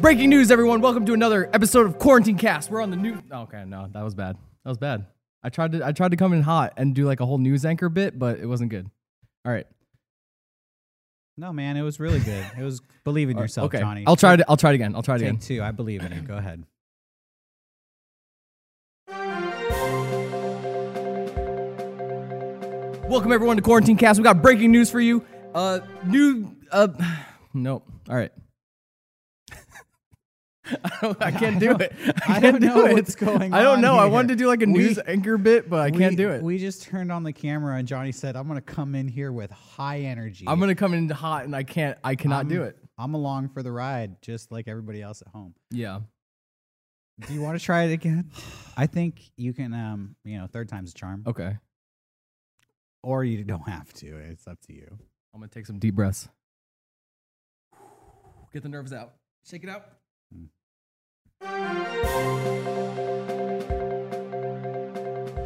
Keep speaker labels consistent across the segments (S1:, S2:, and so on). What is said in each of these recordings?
S1: Breaking news, everyone! Welcome to another episode of Quarantine Cast. We're on the new. Okay, no, that was bad. That was bad. I tried to I tried to come in hot and do like a whole news anchor bit, but it wasn't good. All right,
S2: No, man, it was really good. It was believe in
S1: All right,
S2: yourself,
S1: okay.
S2: Johnny.
S1: I'll try it. I'll try it again. I'll try it
S2: Take
S1: again.
S2: two. I believe in it. Go ahead.
S1: Welcome everyone to Quarantine Cast. We got breaking news for you. Uh, new. Uh, nope. All right. I, don't, I can't do
S2: don't-
S1: it.
S2: I
S1: can't
S2: don't
S1: do
S2: know
S1: it.
S2: what's going
S1: I don't
S2: on
S1: know. I
S2: here.
S1: wanted to do like a
S2: We-
S1: news anchor bit, but I can't
S2: We-
S1: do it.
S2: We just turned on the camera and Johnny said, "I'm going to come in here with high energy.
S1: I'm gonna come in hot, and I can't. I cannot do it.
S2: I'm along for the ride, just like everybody else at home."
S1: Yeah.
S2: Do you want to try it again? I think you can. Um, you know, third time's a charm,
S1: Okay.
S2: or you don't have to. It's up to you.
S1: I'm gonna take some deep breaths. Get the nerves out. Shake it out.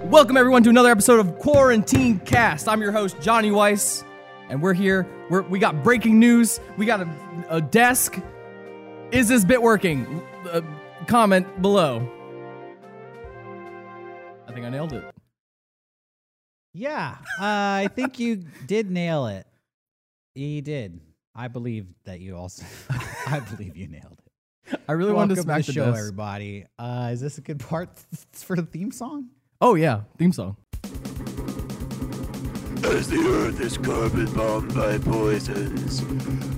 S1: Welcome everyone to another episode of Quarantine Cast. I'm your host Johnny Weiss, and we're here. We're, we got breaking news. We got a, a desk. Is this bit working? Uh, comment below. I think I nailed it.
S2: Yeah, uh, I think you did nail it. You did. I believe that you also. I believe you nailed it.
S1: I really wanted to
S2: Welcome
S1: smack the,
S2: the show,
S1: desk.
S2: everybody. Uh, is this a good part for the theme song?
S1: Oh yeah, theme song.
S3: As the earth is carbon bombed by poisons,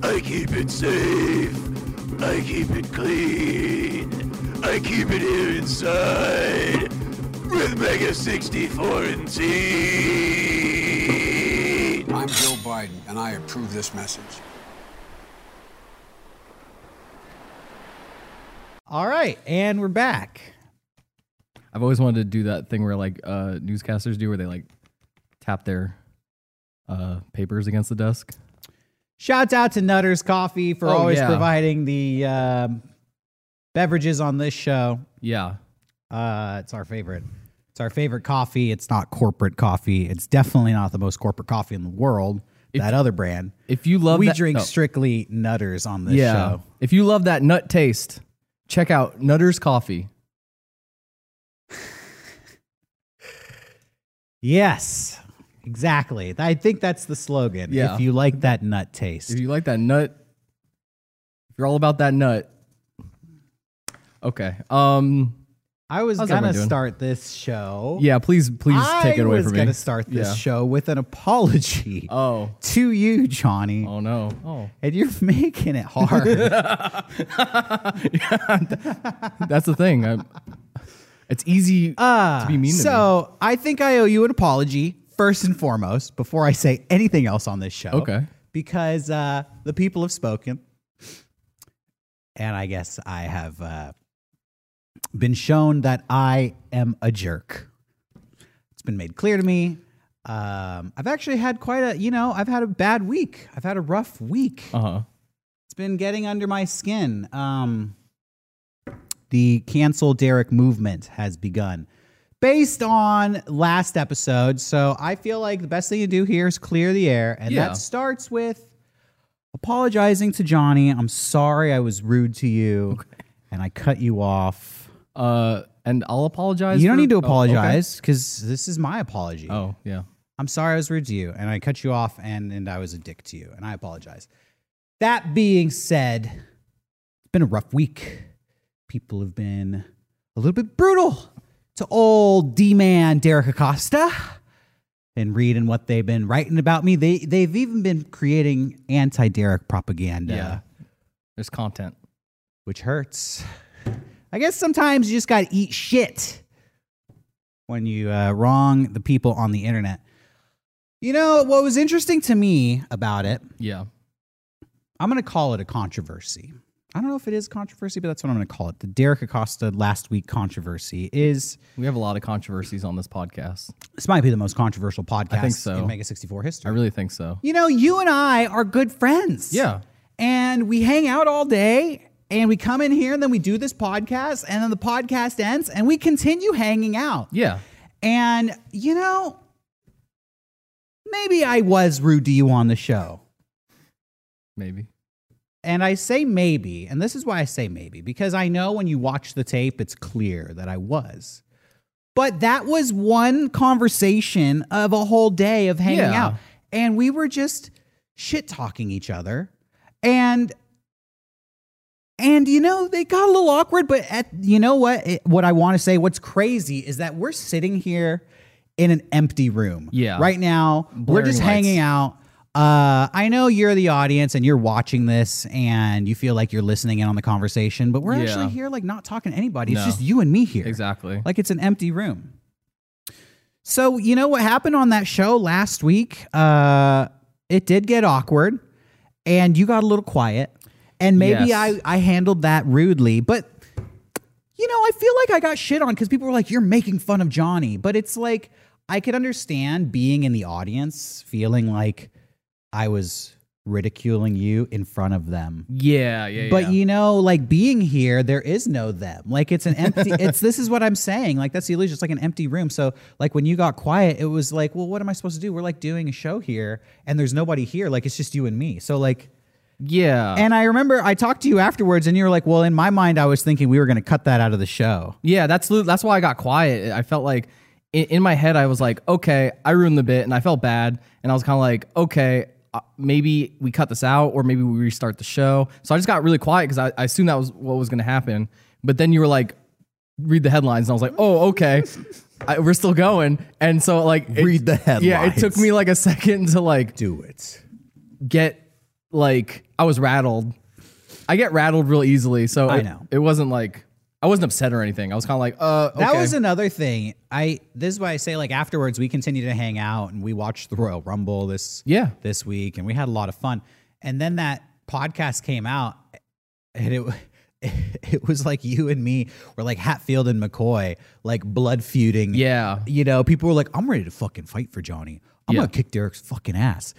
S3: I keep it safe. I keep it clean. I keep it here inside with Mega 64 and Teen.
S4: I'm Joe Biden, and I approve this message.
S2: All right, and we're back.
S1: I've always wanted to do that thing where like uh, newscasters do, where they like tap their uh, papers against the desk.
S2: Shouts out to Nutter's Coffee for
S1: Oh,
S2: always
S1: yeah.
S2: providing the um, beverages on this show.
S1: Yeah,
S2: Uh, it's our favorite. It's our favorite coffee. It's not corporate coffee. It's definitely not the most corporate coffee in the world. that other brand.
S1: if you love
S2: we
S1: that-
S2: drink
S1: no.
S2: strictly Nutters on this
S1: yeah,
S2: show.
S1: if you love that nut taste, check out Nutter's Coffee.
S2: Yes, exactly. I think that's the slogan.
S1: Yeah.
S2: If you like that nut taste.
S1: If you like that nut, if you're all about that nut. Okay. Um.
S2: I was
S1: How's
S2: gonna
S1: everyone doing?
S2: start this show.
S1: Yeah. Please, please take it away
S2: I was
S1: from me.
S2: gonna start this
S1: Yeah.
S2: show with an apology
S1: Oh.
S2: to you, Johnny,
S1: Oh no. Oh.
S2: and you're making it hard.
S1: That's the thing. I, it's easy to be mean to me.
S2: so I think I owe you an apology first and foremost before I say anything else on this show.
S1: Okay.
S2: because uh, the people have spoken, and I guess I have uh, been shown that I am a jerk. It's been made clear to me. Um, I've actually had quite a, you know, I've had a bad week. I've had a rough week.
S1: Uh huh.
S2: It's been getting under my skin. Um, the cancel Derek movement has begun based on last episode. So I feel like the best thing to do here is clear the air. And
S1: Yeah.
S2: that starts with apologizing to Johnny. I'm sorry I was rude to you and I cut you off.
S1: Uh, and I'll apologize.
S2: you don't
S1: for-
S2: need to
S1: oh, okay.
S2: apologize because this is my apology.
S1: Oh, yeah.
S2: I'm sorry I was rude to you and I cut you off and, and I was a dick to you and I apologize. That being said, it's been a rough week. People have been a little bit brutal to old D man Derek Acosta and reading what they've been writing about me. They, they've even been creating anti Derek propaganda,
S1: Yeah. There's content.
S2: which hurts. I guess sometimes you just got to eat shit when you uh, wrong the people on the internet. You know, what was interesting to me about it,
S1: Yeah.
S2: I'm going to call it a controversy. I don't know if it is controversy, but that's what I'm going to call it. The Derek Acosta last week controversy is
S1: We have a lot of controversies on this podcast.
S2: this might be the most controversial podcast
S1: so.
S2: in Mega 64
S1: I
S2: history.
S1: really think so.
S2: you know, you and I are good friends.
S1: Yeah.
S2: And we hang out all day and we come in here and then we do this podcast and then the podcast ends and we continue hanging out.
S1: Yeah.
S2: And, you know, maybe I was rude to you on the show.
S1: Maybe.
S2: And I say maybe, and this is why I say maybe, because I know when you watch the tape, it's clear that I was. But that was one conversation of a whole day of hanging
S1: Yeah.
S2: out. And we were just shit talking each other. And and you know, they got a little awkward, but at you know what It- what I want to say what's crazy is that we're sitting here in an empty room.
S1: Yeah.
S2: Right now, we're
S1: Blaring
S2: just
S1: lights.
S2: hanging out. Uh, I know you're the audience and you're watching this and you feel like you're listening in on the conversation, but we're
S1: Yeah.
S2: actually here like not talking to anybody. It's
S1: No.
S2: just you and me here.
S1: Exactly.
S2: Like it's an empty room. So, you know what happened on that show last week? Uh, it did get awkward and you got a little quiet. And maybe
S1: Yes.
S2: I, I handled that rudely, but you know, I feel like I got shit on because people were like, you're making fun of Johnny. But it's like, I could understand being in the audience feeling like I was ridiculing you in front of them.
S1: yeah, yeah,
S2: But
S1: yeah.
S2: you know, like being here, there is no them. Like it's an empty. it's this is what I'm saying. Like that's the illusion. It's like an empty room. So like when you got quiet, it was like, well, what am I supposed to do? We're like doing a show here, and there's nobody here. Like it's just you and me. So like,
S1: yeah.
S2: and I remember I talked to you afterwards, and you were like, well, in my mind, I was thinking we were gonna cut that out of the show.
S1: Yeah, that's lu- that's why I got quiet. I felt like in, in my head I was like, okay, I ruined the bit, and I felt bad, and I was kind of like, okay, uh, maybe we cut this out, or maybe we restart the show. So I just got really quiet because I, I assumed that was what was going to happen. But then you were like, read the headlines, and I was like, oh, okay, I, we're still going. And so like, it-
S5: Read the headlines.
S1: Yeah, it took me like a second to like
S5: Do it.
S1: get like I was rattled. I get rattled real easily, so
S2: I
S1: it-
S2: know.
S1: it, wasn't like. I wasn't upset or anything. I was kind of like, uh, okay.
S2: That was another thing. I this is why I say like afterwards we continued to hang out and we watched the Royal Rumble this
S1: Yeah.
S2: this week and we had a lot of fun. And then that podcast came out and it it was like you and me were like Hatfield and McCoy like blood feuding.
S1: Yeah.
S2: You know, people were like I'm ready to fucking fight for Johnny. I'm
S1: Yeah.
S2: going to kick Derek's fucking ass.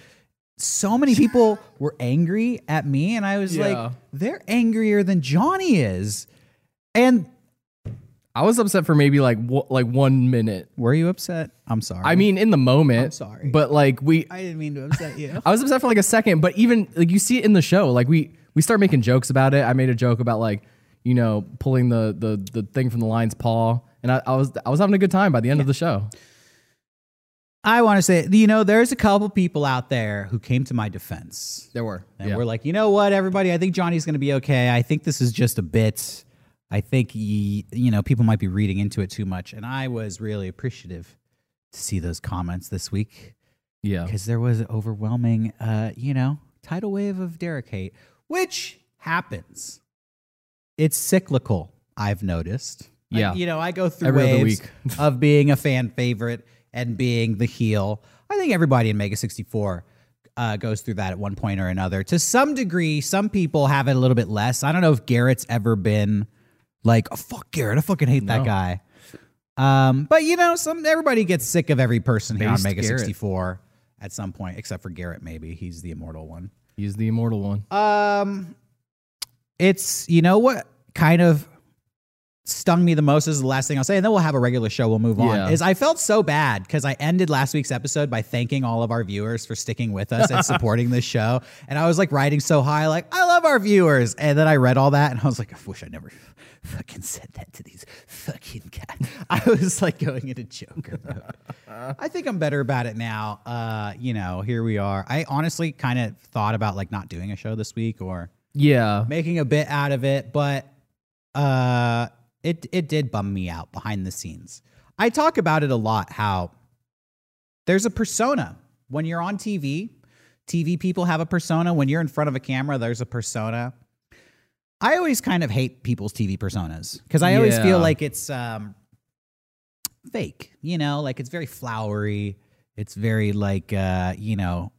S2: So many people were angry at me and I was
S1: Yeah.
S2: like they're angrier than Johnny is. And
S1: I was upset for maybe like w- like one minute.
S2: Were you upset? I'm sorry.
S1: I mean, in the moment. I'm
S2: Mm. sorry.
S1: but like we,
S2: I didn't mean to upset you.
S1: I was upset for like a second. But even like you see it in the show, like we we start making jokes about it. I made a joke about like you know pulling the the the thing from the lion's paw, and I, I was I was having a good time by the end of the show.
S2: I want to say, you know, there's a couple people out there who came to my defense.
S1: There were
S2: And
S1: yeah.
S2: we're like, you know what, everybody, I think Johnny's going to be okay. I think this is just a bit. I think, y you know, people might be reading into it too much. And I was really appreciative to see those comments this week
S1: yeah.
S2: because there was an overwhelming, uh, you know, tidal wave of Derek hate, which happens. It's cyclical. I've noticed. Like,
S1: Yeah.
S2: you know, I go through
S1: Every other
S2: waves
S1: week.
S2: of being a fan favorite and being the heel. I think everybody in Mega sixty four. Uh, goes through that at one point or another. To some degree, some people have it a little bit less. I don't know if Garrett's ever been like, oh, "Fuck Garrett, I fucking hate that guy." Um, but you know, some everybody gets sick of every person here on
S1: Based
S2: Mega
S1: Garrett.
S2: sixty four at some point, except for Garrett. Maybe he's the immortal one.
S1: He's the immortal one.
S2: Um, it's you know what kind of stung me the most is the last thing I'll say, and then we'll have a regular show. We'll move
S1: Yeah.
S2: on. Is I felt so bad because I ended last week's episode by thanking all of our viewers for sticking with us and supporting this show, and I was like riding so high, like I love our viewers, and then I read all that, and I was like, I wish I never fucking said that to these fucking guys. I was like going into Joker mode. I think I'm better about it now. Uh, you know, here we are. I honestly kind of thought about like not doing a show this week or
S1: yeah.
S2: making a bit out of it, but uh it it did bum me out behind the scenes. I talk about it a lot how there's a persona when you're on TV. TV people have a persona. When you're in front of a camera, there's a persona. I always kind of hate people's TV personas because I always
S1: Yeah.
S2: feel like it's um, fake, you know, like it's very flowery. It's very like, uh, you know,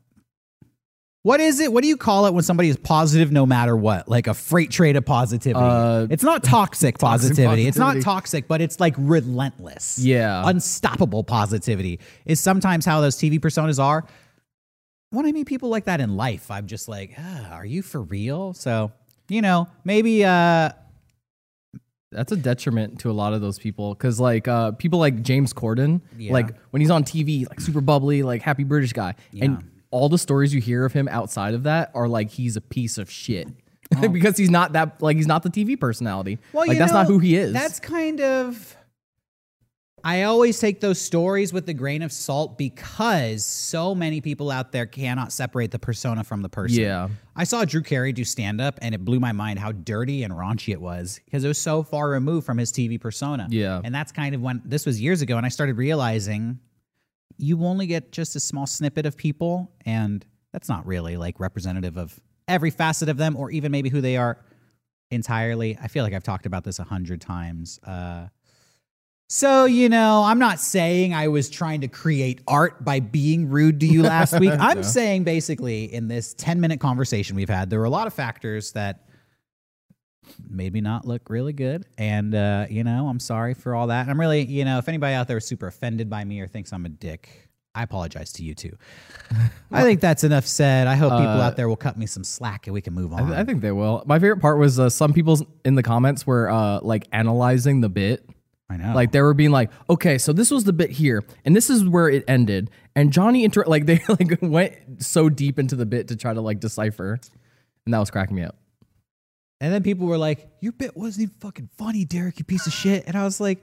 S2: what is it? What do you call it when somebody is positive no matter what? Like a freight trade of positivity.
S1: Uh,
S2: it's not toxic positivity. It's not
S1: positivity.
S2: toxic, but it's like relentless.
S1: Yeah.
S2: Unstoppable positivity is sometimes how those TV personas are. When I meet people like that in life, I'm just like, ah, are you for real? So, you know, maybe uh
S1: That's a detriment to a lot of those people because, like, uh, people like James Corden, like when he's on TV, like super bubbly, like happy British guy, and all the stories you hear of him outside of that are like he's a piece of shit. because he's not that like he's not the TV personality.
S2: Well,
S1: like
S2: you
S1: that's not
S2: know,
S1: who he is.
S2: That's kind of. I always take those stories with a grain of salt because so many people out there cannot separate the persona from the person.
S1: yeah.
S2: I saw Drew Carey do stand up and it blew my mind how dirty and raunchy it was because it was so far removed from his TV persona.
S1: Yeah.
S2: And that's kind of when this was years ago and I started realizing you only get just a small snippet of people and that's not really like representative of every facet of them or even maybe who they are entirely. I feel like I've talked about this a hundred times. Uh, so, you know, I'm not saying I was trying to create art by being rude to you last week. I'm saying basically in this 10 minute conversation we've had, there were a lot of factors that made me not look really good. And, uh, you know, I'm sorry for all that. And I'm really, you know, if anybody out there is super offended by me or thinks I'm a dick, I apologize to you too. I think that's enough said. I hope people out there will cut me some slack and we can move on.
S1: Uh, I think they will. My favorite part was uh, some people in the comments were uh, like analyzing the bit.
S2: I know.
S1: Like they were being like, okay, so this was the bit here, and this is where it ended. And Johnny inter like they like went so deep into the bit to try to like decipher, and that was cracking me up.
S2: And then people were like, "Your bit wasn't even fucking funny, Derek, you piece of shit." And I was like,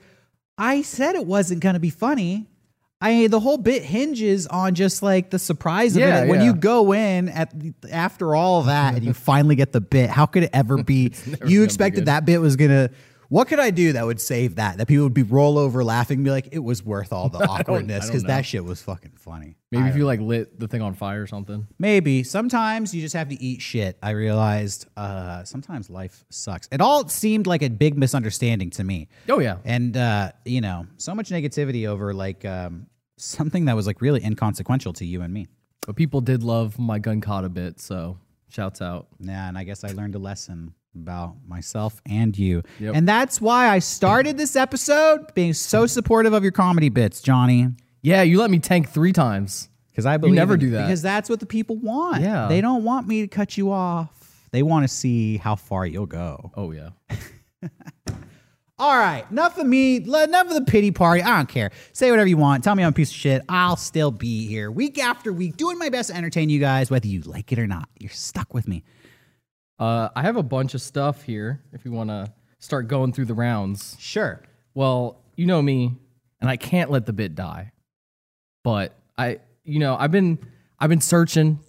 S2: "I said it wasn't gonna be funny. I the whole bit hinges on just like the surprise of
S1: Yeah,
S2: it. When
S1: yeah.
S2: you go in at the- after all that and you finally get the bit, how could it ever be? you expected that bit was gonna." What could I do that would save that? That people would be roll over laughing, and be like, "It was worth all the awkwardness because that shit was fucking funny."
S1: Maybe if you like lit the thing on fire or something.
S2: Maybe. Sometimes you just have to eat shit. I realized uh, sometimes life sucks. It all seemed like a big misunderstanding to me.
S1: Oh yeah,
S2: And, uh, you know, so much negativity over like um, something that was like really inconsequential to you and me.
S1: but people did love my gun caught a bit, so shouts out.
S2: Yeah, and I guess I learned a lesson about myself and you.
S1: Yep.
S2: And that's why I started this episode being so supportive of your comedy bits, Johnny.
S1: Yeah, you let me tank three times.
S2: Because I believe
S1: never
S2: in
S1: do
S2: you,
S1: that.
S2: Because that's what the people want.
S1: Yeah.
S2: They don't want me to cut you off. They want to see how far you'll go.
S1: Oh yeah.
S2: All right, enough of me, le- enough of the pity party. I don't care. Say whatever you want. Tell me I'm a piece of shit. I'll still be here week after week doing my best to entertain you guys, whether you like it or not. You're stuck with me.
S1: Uh, I have a bunch of stuff here. If you want to start going through the rounds.
S2: Sure.
S1: Well, you know me, and I can't let the bit die. But I, you know, I've been I've been searching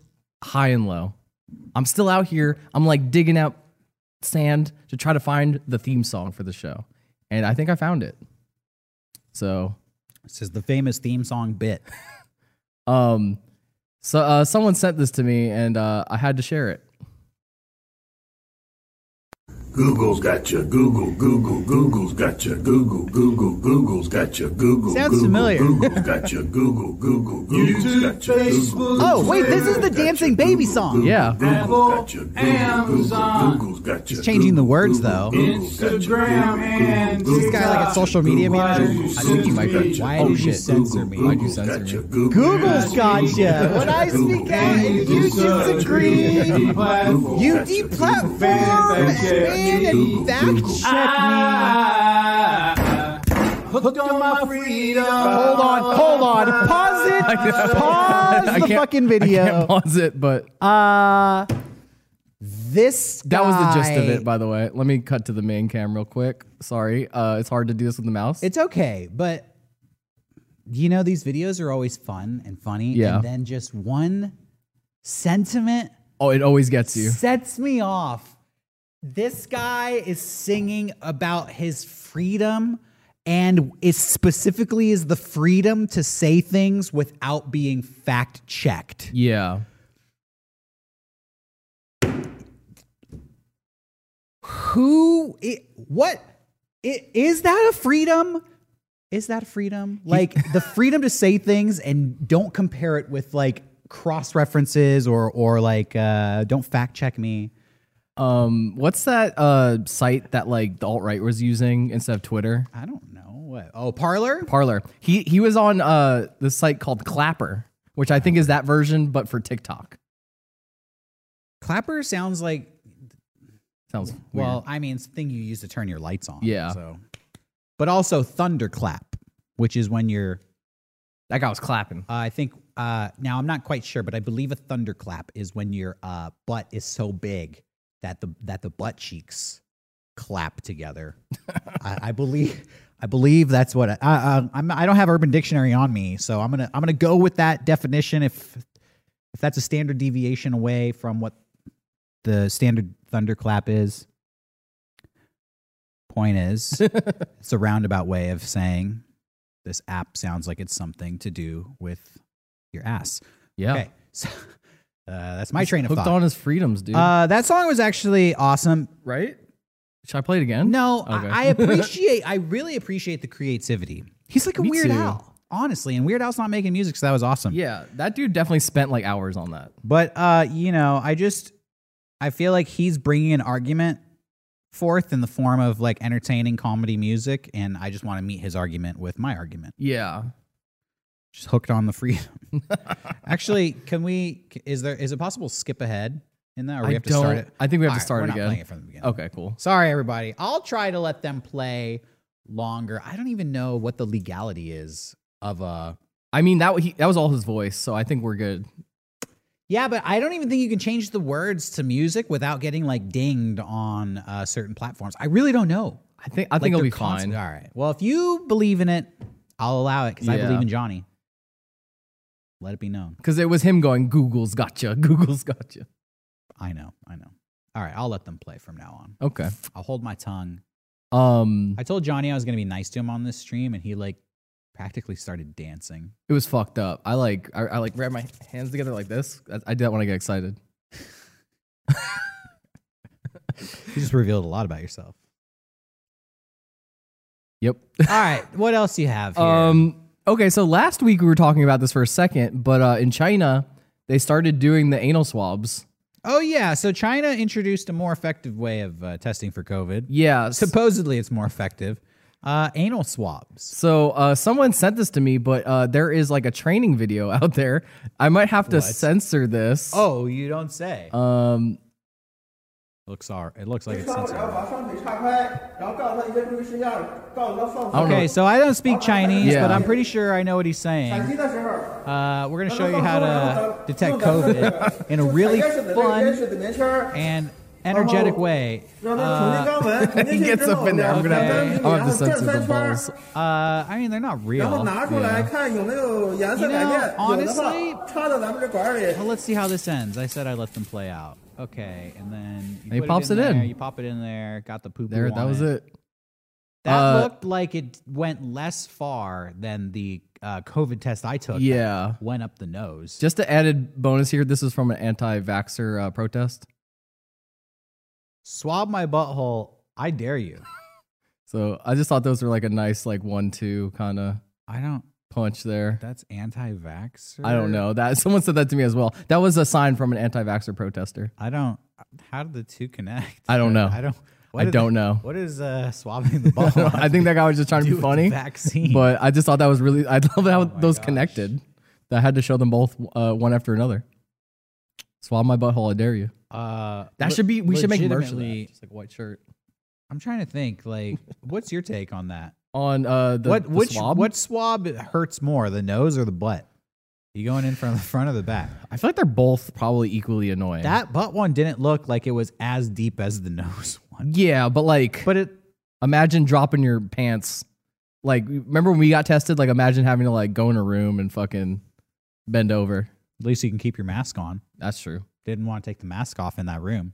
S1: high and low. I'm still out here. I'm like digging out sand to try to find the theme song for the show. And I think I found it. So,
S2: This is the famous theme song bit.
S1: um so uh someone sent this to me and uh I had to share it.
S5: Google's got your Google, Google, Google's got your Google, Google, Google's got your Google.
S2: Sounds
S5: Google,
S2: familiar.
S5: Google's got your Google, Google, Google's got your Google.
S2: Oh, wait, this is the dancing baby song.
S1: Yeah.
S5: Google's got your Google, Amazon. Google's got your
S2: He's changing the words, though.
S5: Instagram and
S2: This guy like a social media manager. I think he might be. Why
S1: Oh,
S2: did you
S1: shit.
S2: censor me?
S1: Why'd you censor me?
S2: Google's gotcha. When I speak out and you disagree, you deplatform and, and fact check me. Hold on, hold on. Pause it. Pause the
S1: can't-
S2: fucking
S1: I can't
S2: video.
S1: pause it, but
S2: Uh, this
S1: that was the gist of
S2: guy-
S1: it, by the way. Let me cut to the main cam real quick. Sorry. Uh it's hard to do this with the mouse.
S2: It's okay, but you know these videos are always fun and funny.
S1: Yeah.
S2: And then just one sentiment
S1: oh, it always gets you.
S2: sets me off. This guy is singing about his freedom and is specifically is the freedom to say things without being fact checked.
S1: Yeah.
S2: Who it, what it, is that a freedom? Is that a freedom? Like the freedom to say things and don't compare it with like cross references or or like uh, don't fact check me.
S1: Um, what's that uh site that like the alt right was using instead of Twitter?
S2: I don't know what. Oh, parlor.
S1: Parlor. He he was on uh this site called Clapper, which I think is that version, but for TikTok.
S2: Clapper sounds like
S1: Sounds weird.
S2: Well, I mean, it's the thing you use to turn your lights on.
S1: Yeah.
S2: So, but also thunderclap, which is when you're.
S1: that guy was clapping.
S2: Uh, I think uh, now I'm not quite sure, but I believe a thunderclap is when your uh, butt is so big that the that the butt cheeks clap together. I, I believe I believe that's what I, I um, I'm, I don't have Urban Dictionary on me, so I'm gonna I'm gonna go with that definition. If if that's a standard deviation away from what the standard thunderclap is, point is it's a roundabout way of saying this app sounds like it's something to do with your ass.
S1: Yeah.
S2: Okay, so uh, that's my train of
S1: Hooked
S2: thought.
S1: on his freedoms, dude.
S2: Uh, that song was actually awesome.
S1: right? Should I play it again?
S2: No,
S1: Okay.
S2: I, I appreciate. I really appreciate the creativity. He's like a
S1: Me
S2: Weird
S1: too.
S2: Al, honestly, and Weird Al's not making music, so that was awesome.
S1: Yeah, that dude definitely spent like hours on that.
S2: But uh, you know, I just I feel like he's bringing an argument forth in the form of like entertaining comedy music, and I just want to meet his argument with my argument.
S1: Yeah.
S2: Just hooked on the freedom. Actually, can we? Is there? Is it possible to skip ahead in that, or
S1: I
S2: we have to
S1: don't-
S2: start it?
S1: I think we have
S2: All
S1: to
S2: right,
S1: start
S2: we're
S1: it
S2: not
S1: again.
S2: playing it from the beginning.
S1: Okay, cool.
S2: Sorry, everybody. I'll try to let them play longer. I don't even know what the legality is of a.
S1: I mean that he, that was all his voice, so I think we're good.
S2: Yeah, but I don't even think you can change the words to music without getting like dinged on uh, certain platforms. I really don't know.
S1: I think I think it'll be fine.
S2: All right. Well, if you believe in it, I'll allow it because I
S1: Yeah.
S2: believe in Johnny. Let it be known.
S1: Because it was him going, Google's gotcha, Google's gotcha.
S2: I know. I know. All right. I'll let them play from now on.
S1: Okay.
S2: I'll hold my tongue.
S1: Um,
S2: I told Johnny I was going to be nice to him on this stream, and he like practically started dancing.
S1: it was fucked up. I like I, I like grabbed my hands together like this. I, I did that when I get excited.
S2: You just revealed a lot about yourself.
S1: Yep.
S2: All right, what else you have here?
S1: Um. Okay. So last week we were talking about this for a second, but uh, in China they started doing the anal swabs.
S2: oh yeah, so China introduced a more effective way of uh, testing for COVID.
S1: Yeah. So,
S2: Supposedly, it's more effective. Uh, anal swabs.
S1: so uh, someone sent this to me, but uh, there is like a training video out there. I might have to censor this.
S2: Oh, you don't say.
S1: Um.
S2: looks all. It looks like it's
S6: 烧，然后把
S2: sensitive.
S6: 放腿岔开，然后告诉他一些注意事项，告诉他放松。
S2: Okay, so I don't speak Chinese,
S1: Yeah.
S2: but I'm pretty sure I know what he's
S6: 反
S2: saying.
S6: 击的时候，
S2: Uh, we're gonna show you how to detect COVID in a really
S6: 开始的这个认
S2: fun uh,
S6: 识的棉签儿，
S2: and energetic way.
S6: 让他捅进肛门，捅
S1: He
S6: 进去
S1: gets
S6: 之后
S1: up in there. I'm gonna have to, I'm gonna have
S6: 然
S1: to
S6: 后转
S1: censor
S6: 三
S1: the
S6: 圈儿
S1: balls.，
S2: Uh, I mean, they're not real.
S6: 然后拿出
S2: Yeah.
S6: 来看有没有颜色
S2: You know,
S6: 改变，有的
S2: honestly-
S6: 话插到咱们这管儿里。
S2: Well, let's see how this ends. I said I let them play out. Okay, and then you
S1: he
S2: put
S1: pops it in.
S2: there, You pop it in there. Got the poop.
S1: There. That was it.
S2: That
S1: Uh,
S2: looked like it went less far than the uh, COVID test I took. that
S1: Yeah.
S2: went up the nose.
S1: Just an added bonus here. This is from an anti-vaxxer uh, protest.
S2: swab my butthole. I dare you.
S1: So I just thought those were like a nice like one-two kind of
S2: I don't.
S1: punch there.
S2: That's anti-vax.
S1: I don't know that someone said that to me as well. That was a sign from an anti-vaxxer protester.
S2: I don't. How did the two connect?
S1: I don't know.
S2: I don't.
S1: I
S2: did
S1: don't
S2: the-
S1: know.
S2: What is uh, swabbing the butthole?
S1: I think that Oh guy was just trying to
S2: do
S1: be
S2: with the
S1: funny,
S2: vaccine?
S1: but I just thought that was really. I love how
S2: my
S1: those
S2: gosh.
S1: connected. That I had to show them both uh, one after another. Swab my butthole, I dare you.
S2: uh,
S1: That
S2: le-
S1: should be. We should make merch of
S2: legitimately,
S1: that. Just like white shirt
S2: I'm trying to think. Like, what's your take on that?
S1: on uh, the,
S2: what
S1: the
S2: which
S1: swab.
S2: what swab hurts more, the nose or the butt? You going in from the front or the back?
S1: I feel like they're both probably equally annoying.
S2: That butt one didn't look like it was as deep as the nose one.
S1: yeah, but like,
S2: But it
S1: imagine dropping your pants. Like, remember when we got tested? Like, imagine having to like go in a room and fucking bend over.
S2: at least you can keep your mask on.
S1: That's true.
S2: Didn't want to take the mask off in that room.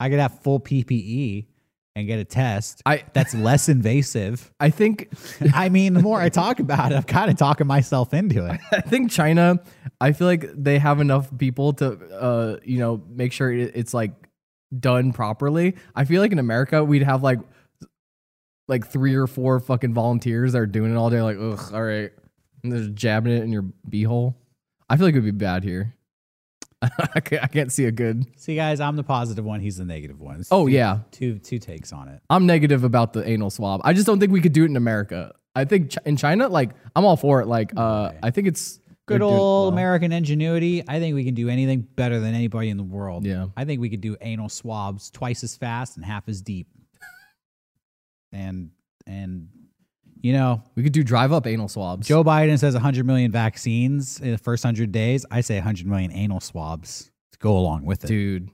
S2: I could have full PPE and get a test
S1: I
S2: that's less invasive.
S1: I think
S2: I mean, the more I talk about it, I'm kind of talking myself into it.
S1: I think China. I feel like they have enough people to, uh, you know, make sure it, it's like done properly. I feel like in America we'd have like, like three or four fucking volunteers that are doing it all day. Like, ugh, all right, and they're jabbing it in your beehole. I feel like it would be bad here. I can't I can't see a good.
S2: See, guys, I'm the positive one. He's the negative one. It's
S1: Oh yeah,
S2: two two takes on it.
S1: I'm negative about the anal swab. I just don't think we could do it in America. I think Ch- in China, like I'm all for it. Like, uh, I think it's they're
S2: good
S1: doing it
S2: old
S1: well.
S2: American ingenuity. I think we can do anything better than anybody in the world.
S1: Yeah.
S2: I think we could do anal swabs twice as fast and half as deep. and and you know,
S1: We could do drive up anal swabs.
S2: Joe Biden says 100 million vaccines in the first 100 days. I say 100 million anal swabs to go along with it.
S1: dude.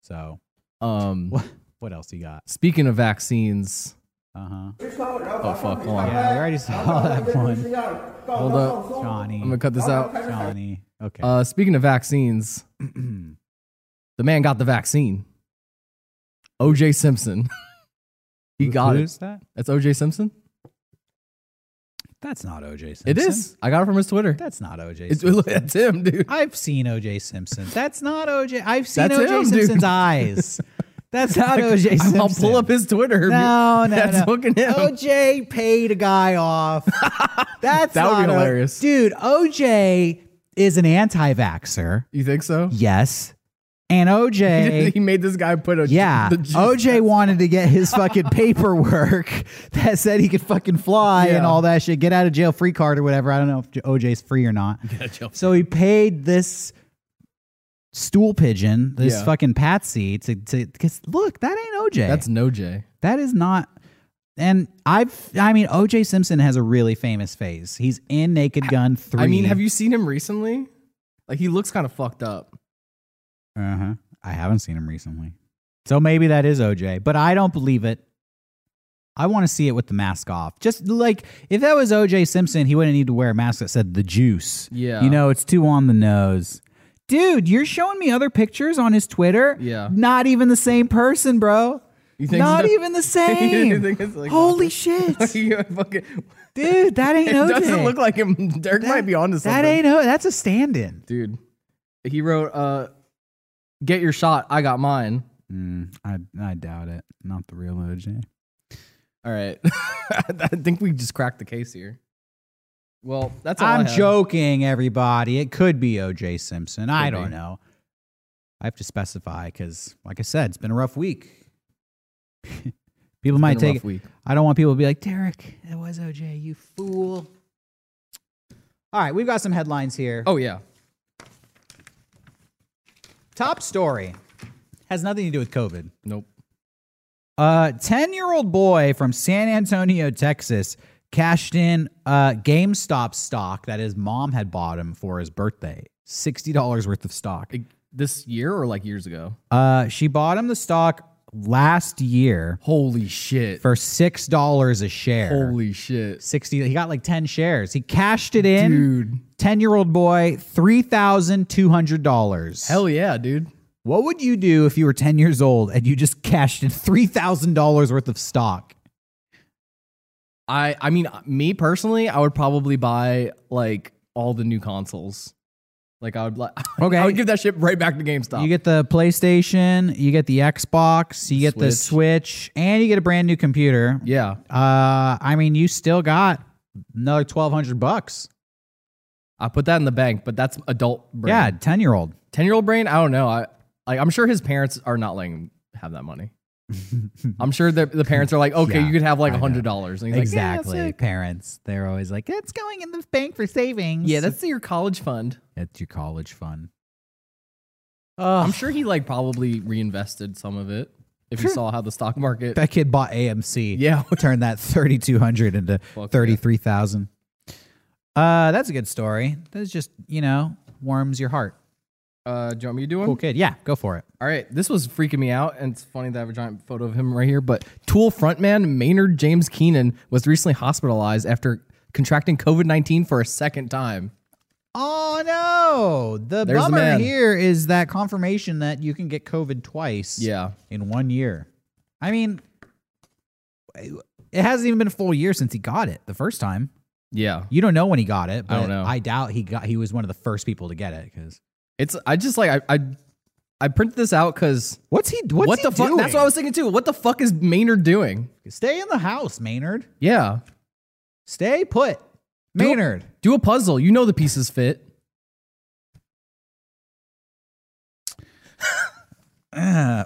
S2: So
S1: Um,
S2: What, what else you got?
S1: speaking of vaccines,
S2: Uh huh.
S1: oh fuck, hold on.
S2: Yeah, we already saw that one.
S1: Hold up.
S2: Johnny.
S1: I'm gonna cut this out.
S2: Johnny. Okay.
S1: Uh, speaking of vaccines, the man got the vaccine. OJ Simpson. he
S2: Who-
S1: got
S2: who
S1: it.
S2: is that?
S1: That's OJ Simpson?
S2: That's not OJ Simpson.
S1: It is. I got it from his Twitter.
S2: That's not OJ
S1: It's,
S2: Simpson.
S1: it's him, dude.
S2: I've seen OJ Simpson. That's not OJ. I've seen
S1: That's
S2: OJ
S1: him, dude.
S2: Simpson's eyes. That's not
S1: Like,
S2: OJ Simpson.
S1: I'll pull up his Twitter.
S2: No, no,
S1: That's
S2: no.
S1: fucking him.
S2: OJ paid a guy off. That's
S1: That would be
S2: not O-
S1: hilarious.
S2: dude. OJ is an anti-vaxer.
S1: You think so?
S2: Yes, and
S1: he
S2: OJ.
S1: made this guy put a
S2: Yeah,
S1: the G-
S2: OJ wanted to get his fucking paperwork that said he could fucking fly and
S1: Yeah.
S2: all that shit, get out of jail free card or whatever. I don't know if J- OJ's free or not. So he paid this stool pigeon, this
S1: Yeah.
S2: fucking patsy, to to because look, that ain't OJ.
S1: That's no J.
S2: that is not. And I've, I mean, OJ Simpson has a really famous face. He's in Naked Gun three.
S1: I mean, have you seen him recently? Like he looks kind of fucked up.
S2: Uh huh. I haven't seen him recently, so maybe that is OJ. But I don't believe it. I want to see it with the mask off. Just like if that was OJ Simpson, he wouldn't need to wear a mask that said the juice.
S1: Yeah.
S2: You know, it's too on the nose. Dude, you're showing me other pictures on his Twitter.
S1: Yeah.
S2: Not even the same person, bro.
S1: You think
S2: Not
S1: so?
S2: even the
S1: You
S2: same.
S1: think it's like-
S2: Holy shit.
S1: You fucking-
S2: Dude, that ain't
S1: it
S2: OJ.
S1: doesn't look like him. Derek
S2: that,
S1: might be onto something.
S2: That ain't OJ. That's a stand in.
S1: dude. He wrote, uh, "Get your shot. I got mine."
S2: Mm, I, I doubt it. Not the real OJ.
S1: All right, I think we just cracked the case here. Well, that's all I
S2: I'm
S1: had.
S2: joking, everybody. It could be OJ Simpson. I
S1: Could
S2: don't
S1: be.
S2: know. I have to specify because, like I said, it's been a rough week. People
S1: Been a
S2: might take
S1: rough week.
S2: I don't want people to be like, Derek, that was OJ, you fool. All right, we've got some headlines here.
S1: Oh yeah,
S2: Top story has nothing to do with COVID.
S1: nope.
S2: A 10 year old boy from San Antonio, Texas, cashed in uh, GameStop stock that his mom had bought him for his birthday $60 worth of stock.
S1: Like, This year or like years ago?
S2: Uh, she bought him the stock last year
S1: Holy shit!
S2: for $6 a share.
S1: Holy shit,
S2: 60 he got like 10 shares he cashed it in
S1: dude!
S2: 10 year old boy, $3,200.
S1: Hell yeah, dude!
S2: What would you do if you were 10 years old and you just cashed in $3,000 worth of stock?
S1: I I mean, me personally, I would probably buy like all the new consoles. Like I would like.
S2: Okay.
S1: I would give that shit right back to GameStop.
S2: You get the PlayStation, you get the Xbox, you get the Switch, and you get a brand new computer.
S1: yeah,
S2: Uh, I mean, you still got another 1200 bucks.
S1: I put that in the bank, but that's adult brain.
S2: Yeah, 10 year old.
S1: 10 year old brain i don't know i like i'm sure his parents are not letting him have that money i'm sure that the parents are like okay
S2: Yeah,
S1: you could have like a
S2: I know.
S1: hundred dollars and he's
S2: Exactly.
S1: like,
S2: Parents, they're always like, it's going in the bank for savings.
S1: yeah, that's, yeah that's your college fund
S2: that's your college fund.
S1: i'm sure he like probably reinvested some of it if you saw how the stock market
S2: That kid bought AMC.
S1: yeah
S2: turn that 3200 into
S1: Fuck
S2: 33000 uh that's a good story that's just you know warms your heart
S1: uh do you want me to do one
S2: cool kid yeah go for it
S1: all right this was freaking me out and it's funny that i have a giant photo of him right here but tool frontman maynard james keenan was recently hospitalized after contracting covid-19 for a second time
S2: oh no the
S1: There's the
S2: bummer
S1: man.
S2: here is that confirmation that you can get covid twice
S1: yeah
S2: in one year i mean it hasn't even been a full year since he got it the first time
S1: yeah
S2: you don't know when he got it but
S1: I don't know.
S2: I doubt he got he was one of the first people to get it because
S1: It's I just like I I, I printed this out because
S2: what's he what's
S1: what
S2: he
S1: the fuck?
S2: doing?
S1: That's what I was thinking too. What the fuck is Maynard doing?
S2: stay in the house maynard
S1: Yeah,
S2: Stay put.
S1: Do-
S2: Maynard.
S1: do a puzzle. You know the pieces fit.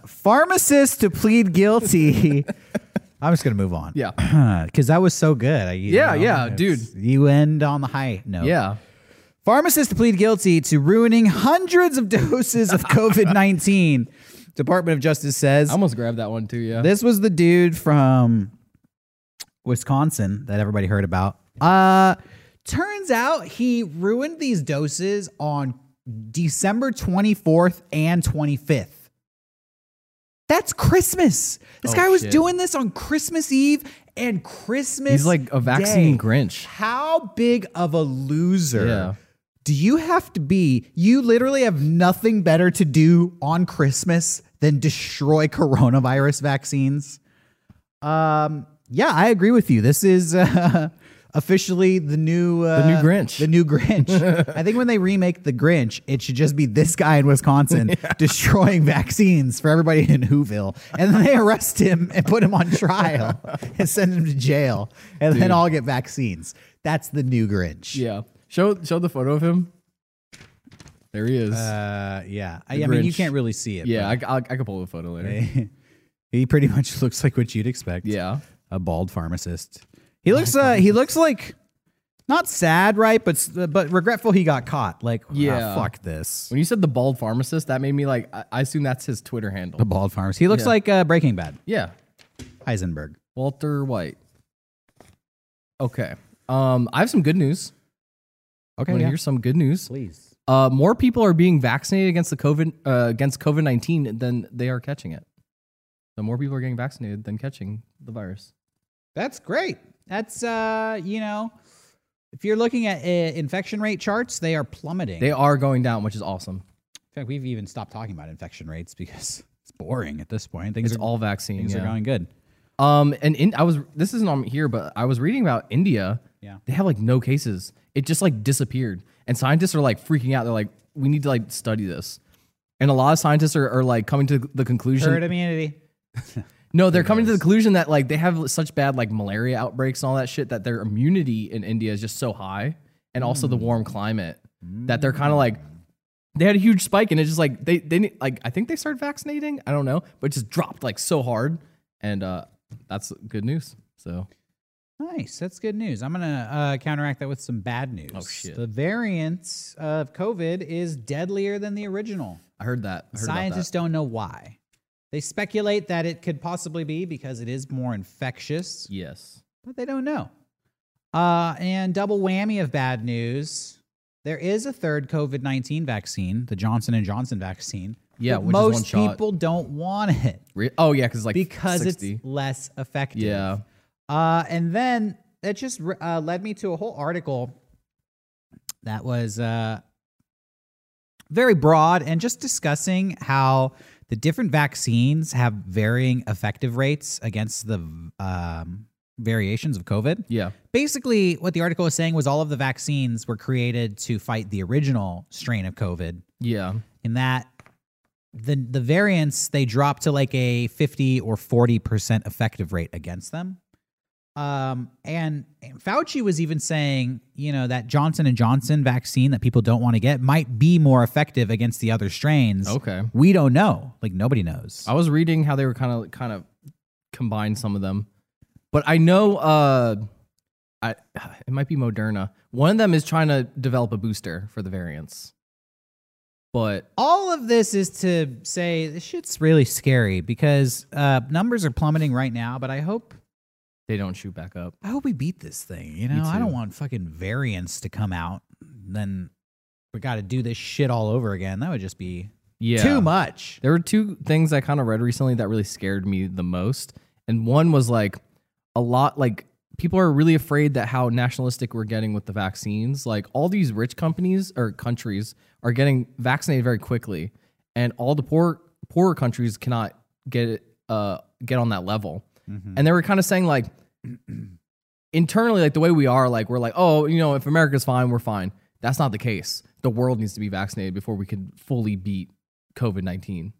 S2: Pharmacist to plead guilty. I'm just going to move on.
S1: Yeah.
S2: Because that was so good. I, you
S1: Yeah, yeah,
S2: it's-
S1: dude.
S2: You end on the high note.
S1: Yeah,
S2: Pharmacist to plead guilty to ruining hundreds of doses of COVID 19. Department of Justice says
S1: I almost grabbed that one too. Yeah,
S2: this was the dude from Wisconsin that everybody heard about. Uh turns out he ruined these doses on December 24th and 25th. That's Christmas. This guy was
S1: Oh, shit.
S2: doing this on Christmas Eve and Christmas.
S1: He's like a vaccine
S2: Day.
S1: Grinch.
S2: How big of a loser
S1: Yeah.
S2: do you have to be? You literally have nothing better to do on Christmas than destroy coronavirus vaccines. Um, yeah, I agree with you. This is uh, officially the new uh,
S1: new Grinch.
S2: The new Grinch. I think when they remake the Grinch, it should just be this guy in Wisconsin destroying vaccines for everybody in Whoville, and then they arrest him and put him on trial and send him to jail, and then all get vaccines. That's the new Grinch.
S1: Yeah. Show show the photo of him. There he is.
S2: Uh, yeah. I, I mean, you
S1: Grinch.
S2: can't really see it.
S1: yeah, I, I, I could pull the photo later.
S2: He pretty much looks like what you'd expect.
S1: Yeah.
S2: a bald pharmacist. He looks uh he looks like not sad, right? But s- but regretful he got caught. Like, ah,
S1: Yeah.
S2: fuck this.
S1: When you said the bald pharmacist, that made me like I, I assume that's his Twitter handle.
S2: The bald pharmacist. He looks
S1: Yeah.
S2: like uh, Breaking Bad.
S1: yeah.
S2: Heisenberg.
S1: Walter White. Okay. Um, I have some good news.
S2: Okay,
S1: Want to
S2: yeah.
S1: hear some good news?
S2: Please.
S1: Uh, more people are being vaccinated against the COVID uh, against COVID nineteen than they are catching it. So more people are getting vaccinated than catching the virus.
S2: That's great. That's uh you know, if you're looking at uh, infection rate charts, they are plummeting.
S1: They are going down, which is awesome.
S2: In fact, we've even stopped talking about infection rates because it's boring at this point. Things
S1: It's
S2: are
S1: all vaccine.
S2: things
S1: yeah.
S2: are going good.
S1: Um, and in, I was this isn't on here, but I was reading about India.
S2: Yeah.
S1: they have like no cases. It just like disappeared, and scientists are like freaking out. They're like, we need to like study this, and a lot of scientists are, are like coming to the conclusion.
S2: Herd immunity.
S1: No, they're coming to the conclusion that like they have such bad like malaria outbreaks and all that shit that their immunity in India is just so high, and also
S2: Hmm.
S1: the warm climate that they're kind of like they had a huge spike and it's just like they they need- like I think they started vaccinating. I don't know, but it just dropped like so hard, and uh, that's good news. So
S2: Nice. That's good news. I'm going to uh, counteract that with some bad news. Oh,
S1: shit.
S2: The variant of COVID is deadlier than the original.
S1: I heard that. I heard about that.
S2: Scientists don't know why. They speculate that it could possibly be because it is more infectious,
S1: Yes.
S2: but they don't know. Uh, and double whammy of bad news. There is a third COVID-19 vaccine, the Johnson and Johnson vaccine.
S1: Yeah,
S2: but
S1: which is
S2: most
S1: one shot.
S2: people don't want it
S1: Re- oh yeah, because like
S2: because
S1: 60.
S2: it's less effective.
S1: Yeah.
S2: Uh, and then it just uh, led me to a whole article that was uh, very broad and just discussing how the different vaccines have varying effective rates against the um, variations of COVID.
S1: yeah
S2: Basically, what the article was saying was all of the vaccines were created to fight the original strain of COVID
S1: yeah
S2: in that the the variants they drop to like a 50 or 40% effective rate against them um and, and Fauci was even saying you know that Johnson and Johnson vaccine that people don't want to get might be more effective against the other strains
S1: okay.
S2: we don't know like nobody knows
S1: I was reading how they were kind of kind of combined some of them, but I know uh, I it might be Moderna. One of them is trying to develop a booster for the variants, but
S2: all of this is to say this shit's really scary because uh numbers are plummeting right now but I hope
S1: they don't shoot back up.
S2: I hope we beat this thing. You know, I
S1: too.
S2: don't want fucking variants to come out. Then we got to do this shit all over again. That would just be
S1: Yeah,
S2: too much.
S1: There were two things I kind of read recently that really scared me the most. And one was like a lot like people are really afraid that how nationalistic we're getting with the vaccines. Like all these rich companies or countries are getting vaccinated very quickly and all the poor poorer countries cannot get it, uh get on that level. And they were kind of saying like internally like the way we are like we're like oh you know if america's fine we're fine that's not the case the world needs to be vaccinated before we can fully beat covid-19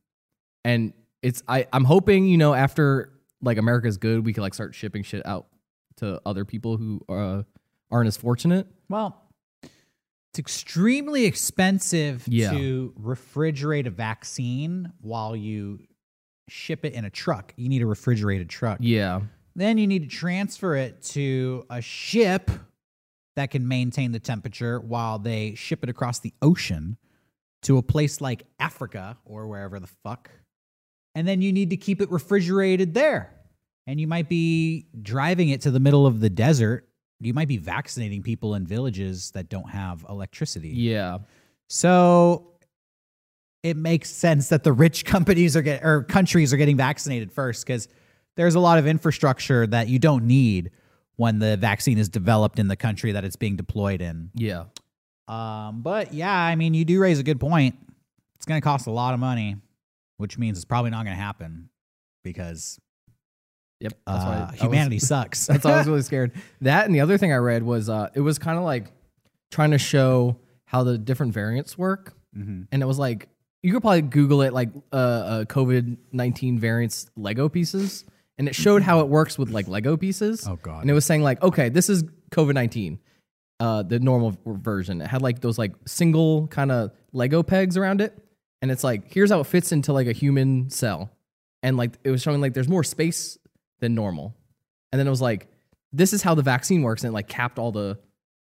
S1: and it's i i'm hoping you know after like america's good we can like start shipping shit out to other people who uh, aren't as fortunate
S2: Well, it's extremely expensive
S1: Yeah.
S2: to refrigerate a vaccine while you ship it in a truck. You need a refrigerated truck.
S1: yeah
S2: Then you need to transfer it to a ship that can maintain the temperature while they ship it across the ocean to a place like Africa or wherever the fuck. And then you need to keep it refrigerated there. And you might be driving it to the middle of the desert. You might be vaccinating people in villages that don't have electricity.
S1: yeah
S2: So it makes sense that the rich companies are get or countries are getting vaccinated first because there's a lot of infrastructure that you don't need when the vaccine is developed in the country that it's being deployed in.
S1: Yeah.
S2: Um, but yeah, I mean, you do raise a good point. It's going to cost a lot of money, which means it's probably not going to happen because
S1: Yep. That's why
S2: uh,
S1: I was-
S2: humanity sucks.
S1: That's why I was really scared. That and the other thing I read was uh, it was kind of like trying to show how the different variants work,
S2: Mm-hmm.
S1: and it was like you could probably Google it like uh, uh, COVID nineteen variants Lego pieces, and it showed how it works with like Lego pieces.
S2: Oh, God.
S1: And it was saying like, okay, this is COVID nineteen. Uh, the normal v- version. It had like those like single kind of Lego pegs around it, and it's like here's how it fits into like a human cell, and like it was showing like there's more space than normal, and then it was like, this is how the vaccine works, and it like capped all the,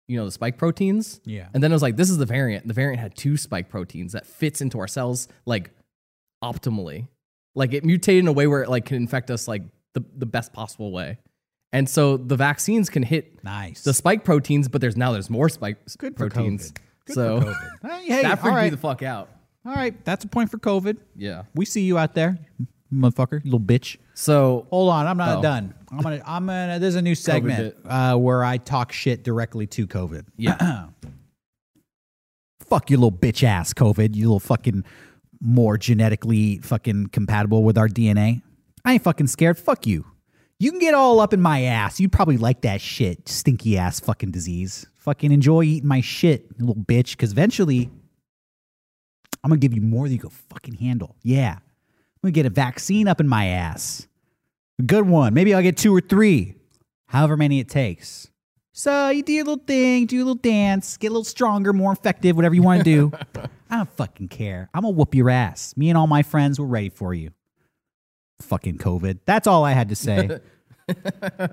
S1: you know, the spike proteins.
S2: Yeah.
S1: And then it was like, this is the variant. The variant had two spike proteins that fits into our cells like optimally. Like it mutated in a way where it like can infect us like the, the best possible way. And so the vaccines can hit
S2: nice.
S1: the spike proteins, but there's now there's more spike Good proteins. so
S2: Hey, Uh, hey,
S1: that
S2: all
S1: freaked me
S2: right.
S1: the fuck out.
S2: all right. That's a point for COVID.
S1: Yeah.
S2: We see you out there, motherfucker, you little bitch.
S1: So
S2: Hold on, I'm not
S1: Oh.
S2: done. I'm gonna, I'm gonna. There's a new segment
S1: bit.
S2: uh, where I talk shit directly to COVID.
S1: Yeah.
S2: Fuck you, little bitch ass COVID. You little fucking more genetically fucking compatible with our DNA. I ain't fucking scared. Fuck you. You can get all up in my ass. You'd probably like that shit. Stinky ass fucking disease. Fucking enjoy eating my shit, you little bitch. Because eventually, I'm gonna give you more than you can fucking handle. Yeah. I'm gonna get a vaccine up in my ass. A good one. Maybe I'll get two or three, however many it takes. So you do your little thing, do your little dance, get a little stronger, more effective, whatever you want to do. I don't fucking care. I'm gonna whoop your ass. Me and all my friends were ready for you. Fucking COVID. That's all I had to say.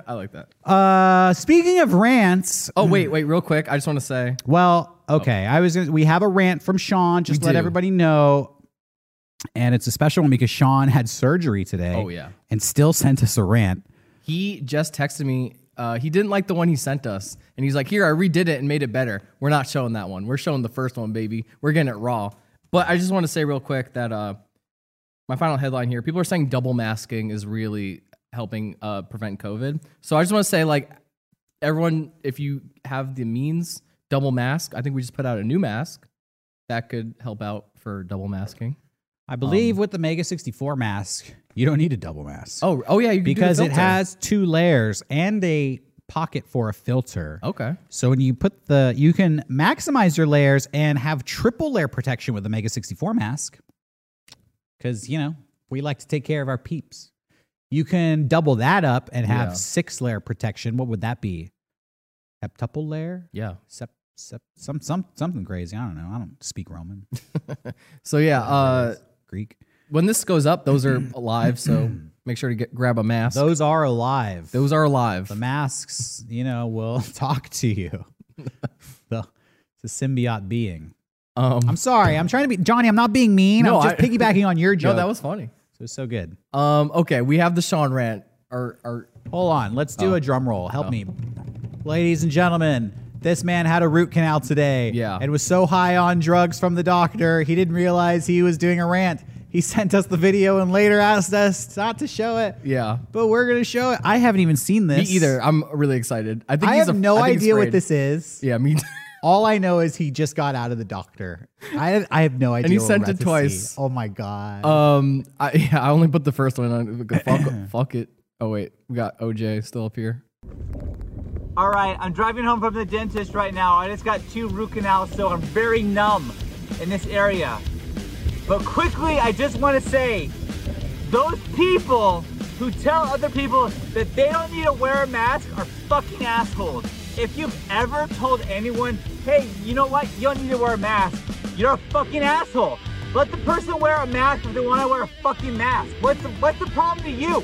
S1: I like that.
S2: uh, speaking of rants,
S1: Oh wait, wait, real quick. I just want to say
S2: well, okay. I was gonna, we have a rant from Sean. Just
S1: We
S2: let
S1: do.
S2: everybody know. And it's a special one because Sean had surgery today.
S1: Oh, yeah.
S2: And still sent us a rant.
S1: he just texted me. Uh, he didn't like the one he sent us, and he's like, "Here, I redid it and made it better. We're not showing that one. We're showing the first one, baby. We're getting it raw." But I just want to say real quick that uh, my final headline here: people are saying double masking is really helping uh, prevent COVID. So I just want to say, like, everyone, if you have the means, double mask. I think we just put out a new mask that could help out for double masking.
S2: I
S1: Um,
S2: believe with the Mega 64 mask, you don't need a double mask.
S1: Oh, oh yeah, you can do the
S2: because it
S1: filter.
S2: has two layers and a pocket for a filter.
S1: okay.
S2: So when you put the you can maximize your layers and have triple layer protection with the Mega 64 mask. Cuz you know, we like to take care of our peeps. You can double that up and have
S1: Yeah.
S2: six layer protection. What would that be? Heptuple layer?
S1: Yeah.
S2: Sep, sep, some some something crazy. I don't know. I don't speak Roman.
S1: So yeah. Uh,
S2: Greek.
S1: when this goes up, those are alive. So make sure to get, grab a mask. Those,
S2: Those are alive.
S1: are alive.
S2: the masks, you know, will talk to you. the, it's a symbiote being.
S1: Um,
S2: I'm sorry. I'm trying to be Johnny. I'm not being mean.
S1: No,
S2: I'm just
S1: I-
S2: piggybacking on your joke.
S1: no, that was funny.
S2: it was so good.
S1: Um, okay, we have the Sean rant. Or, or
S2: Hold on. Let's
S1: Oh.
S2: do a drum roll. Help me, ladies and gentlemen. This man had a root canal today.
S1: Yeah.
S2: And was so high on drugs from the doctor, he didn't realize he was doing a rant. He sent us the video and later asked us not to show it.
S1: yeah,
S2: But we're gonna show it. I haven't even seen
S1: me
S2: this
S1: either. I'm really excited. I think
S2: I
S1: he's
S2: have
S1: af-
S2: no
S1: I think he's
S2: idea what
S1: afraid.
S2: this is.
S1: Yeah, me. Too.
S2: All I know is he just got out of the doctor. I I have no idea.
S1: he
S2: what
S1: sent
S2: we're
S1: it
S2: about to
S1: twice.
S2: see. Oh my god!
S1: Um, I yeah, I only put the first one on. Fuck, fuck it. Oh wait, we got OJ still up here.
S7: All right, I'm driving home from the dentist right now. I just got two root canals, so I'm very numb in this area. But quickly, I just want to say those people who tell other people that they don't need to wear a mask are fucking assholes. If you've ever told anyone, hey, you know what, you don't need to wear a mask, you're a fucking asshole. Let the person wear a mask if they want to wear a fucking mask. What's the, what's the problem to you?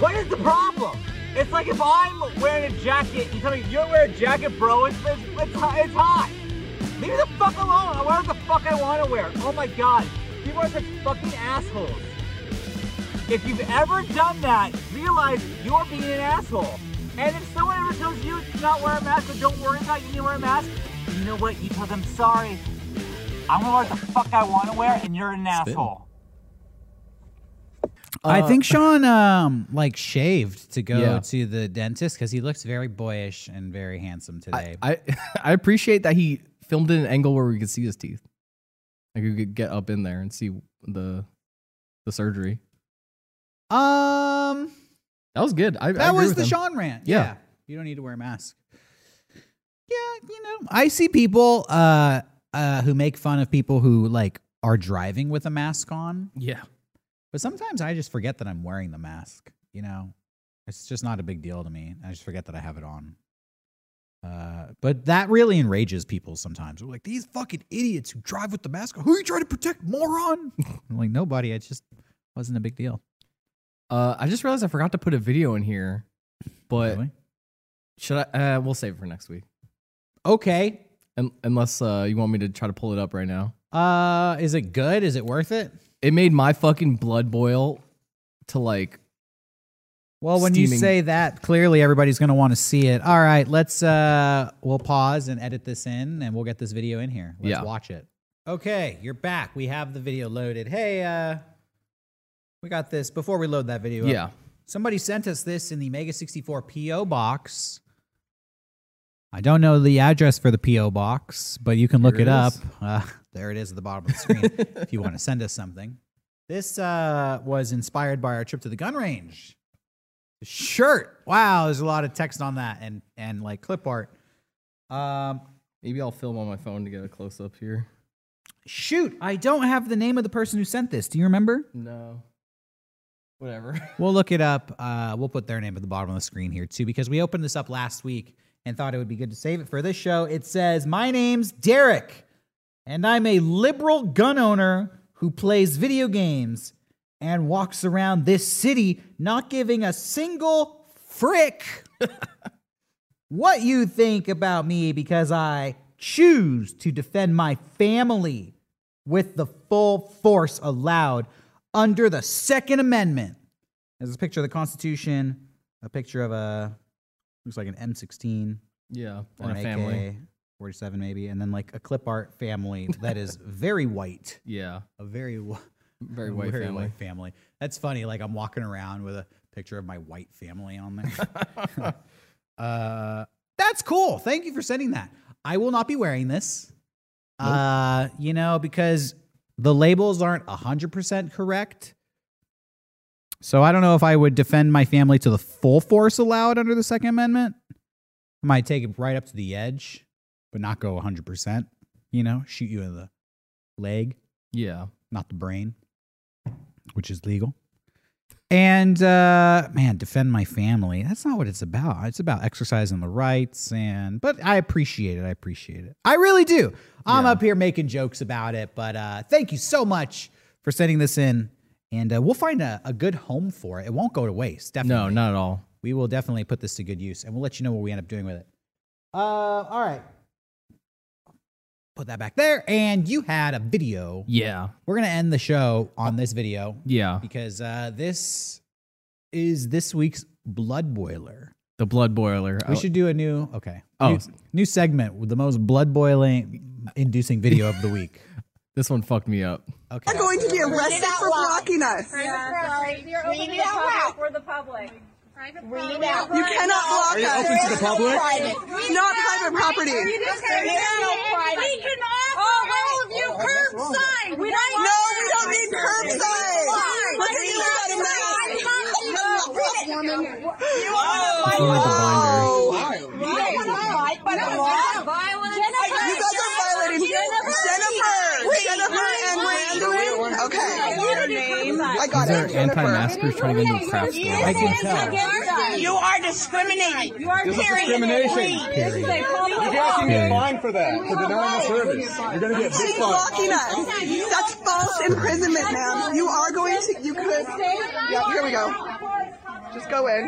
S7: What is the problem? It's like if I'm wearing a jacket, you tell me you don't wear a jacket, bro. It's it's, it's, hot- it's hot. Leave me the fuck alone. I wear what the fuck I want to wear. Oh my god, people are such fucking assholes. If you've ever done that, realize you're being an asshole. And if someone ever tells you to not wear a mask or don't worry about you need to wear a mask, you know what? You tell them sorry. I'm gonna wear what the fuck I want to wear, and you're an asshole.
S2: I think Sean um like shaved to go
S1: Yeah.
S2: to the dentist because he looks very boyish and very handsome today.
S1: I I appreciate that he filmed it in an angle where we could see his teeth. Like we could get up in there and see the the surgery.
S2: um,
S1: That was good. I, I
S2: that
S1: agree
S2: was
S1: with
S2: the
S1: him.
S2: Sean rant.
S1: Yeah.
S2: Yeah. you don't need to wear a mask. Yeah, you know, I see people uh uh who make fun of people who like are driving with a mask on,
S1: Yeah.
S2: but sometimes I just forget that I'm wearing the mask. You know, it's just not a big deal to me. I just forget that I have it on. Uh, but that really enrages people sometimes. They're like, these fucking idiots who drive with the mask on. Who are you trying to protect, moron? I'm like, nobody. It just wasn't a big deal.
S1: Uh, I just realized I forgot to put a video in here, but
S2: Really?
S1: should I? Uh, we'll save it for next week,
S2: Okay.
S1: Un unless uh, you want me to try to pull it up right now.
S2: Uh, is it good? Is it worth it?
S1: It made my fucking blood boil to like.
S2: Well, when you
S1: steaming.
S2: say that, clearly everybody's going to want to see it. All right, let's uh we'll pause and edit this in and we'll get this video in here. Let's
S1: Yeah.
S2: watch it. Okay, you're back. We have the video loaded. Hey, uh we got this before we load that video. up,
S1: Yeah.
S2: Somebody sent us this in the Mega 64 PO box. I don't know the address for the PO box, but you can look
S1: Here
S2: it,
S1: it
S2: up.
S1: is.
S2: Uh, there it is at the bottom of the screen if you want to send us something. This uh, was inspired by our trip to the gun range. The shirt. Wow, there's a lot of text on that and and like clip art. Um,
S1: Maybe I'll film on my phone to get a close up here.
S2: shoot, I don't have the name of the person who sent this. Do you remember?
S1: No. Whatever.
S2: We'll look it up. Uh, we'll put their name at the bottom of the screen here too, because we opened this up last week and thought it would be good to save it for this show. It says, "My name's Derek, and I'm a liberal gun owner who plays video games and walks around this city not giving a single frick what you think about me because I choose to defend my family with the full force allowed under the Second Amendment." There's a picture of the Constitution, a picture of a looks like an M16
S1: Yeah. And
S2: or an
S1: a family.
S2: AK 47 maybe, and then like a clip art family that is very white,
S1: Yeah.
S2: a very wh-
S1: Very
S2: a
S1: white
S2: very
S1: family.
S2: white family. That's funny. Like I'm walking around with a picture of my white family on there. uh, that's cool. Thank you for sending that. I will not be wearing this. Uh, you know, because the labels aren't 100% correct. So I don't know if I would defend my family to the full force allowed under the Second Amendment. I might take it right up to the edge, but not go 100%. You know, shoot you in the leg
S1: Yeah.
S2: not the brain, which is legal. And uh, man, defend my family. That's not what it's about. It's about exercising the rights. And but I appreciate it. I appreciate it. I really do. I'm
S1: Yeah.
S2: up here making jokes about it. But uh, thank you so much for sending this in. And uh, we'll find a, a good home for it. It won't go to waste. Definitely
S1: No, not at all.
S2: we will definitely put this to good use and we'll let you know what we end up doing with it. Uh, all right. Put that back there. And you had a video.
S1: Yeah.
S2: We're going to end the show on this video
S1: Yeah.
S2: because uh, this is this week's blood boiler.
S1: The blood boiler.
S2: We should do a new, okay.
S1: Oh.
S2: New, new segment with the most blood boiling inducing video of the week.
S1: this one fucked me up.
S2: Okay.
S8: going to be arrested for blocking us.
S9: Sorry, we are open to the public for the public. Read it out.
S8: You cannot block us. Are you open to the public?
S9: Read
S8: Not
S9: it out.
S8: private property.
S9: Read it out. There is no private. We can offer all of you curbside. We don't
S8: No, we don't need curbside. Look at you without a
S1: He
S8: mask.
S9: You are
S1: has a binder.
S8: Oh. You guys are violating Jennifer, Jennifer, and Randall. Okay, I got
S1: These are
S8: it. Jennifer.
S1: anti-maskers trying to get into a craft store.
S9: I can tell. You are discriminating. You are discrimination.
S4: for that, for denial of service. You're gonna get
S8: She's blocking us. That's false imprisonment, ma'am. You are going to. You could. Yeah, here we go. Just go in.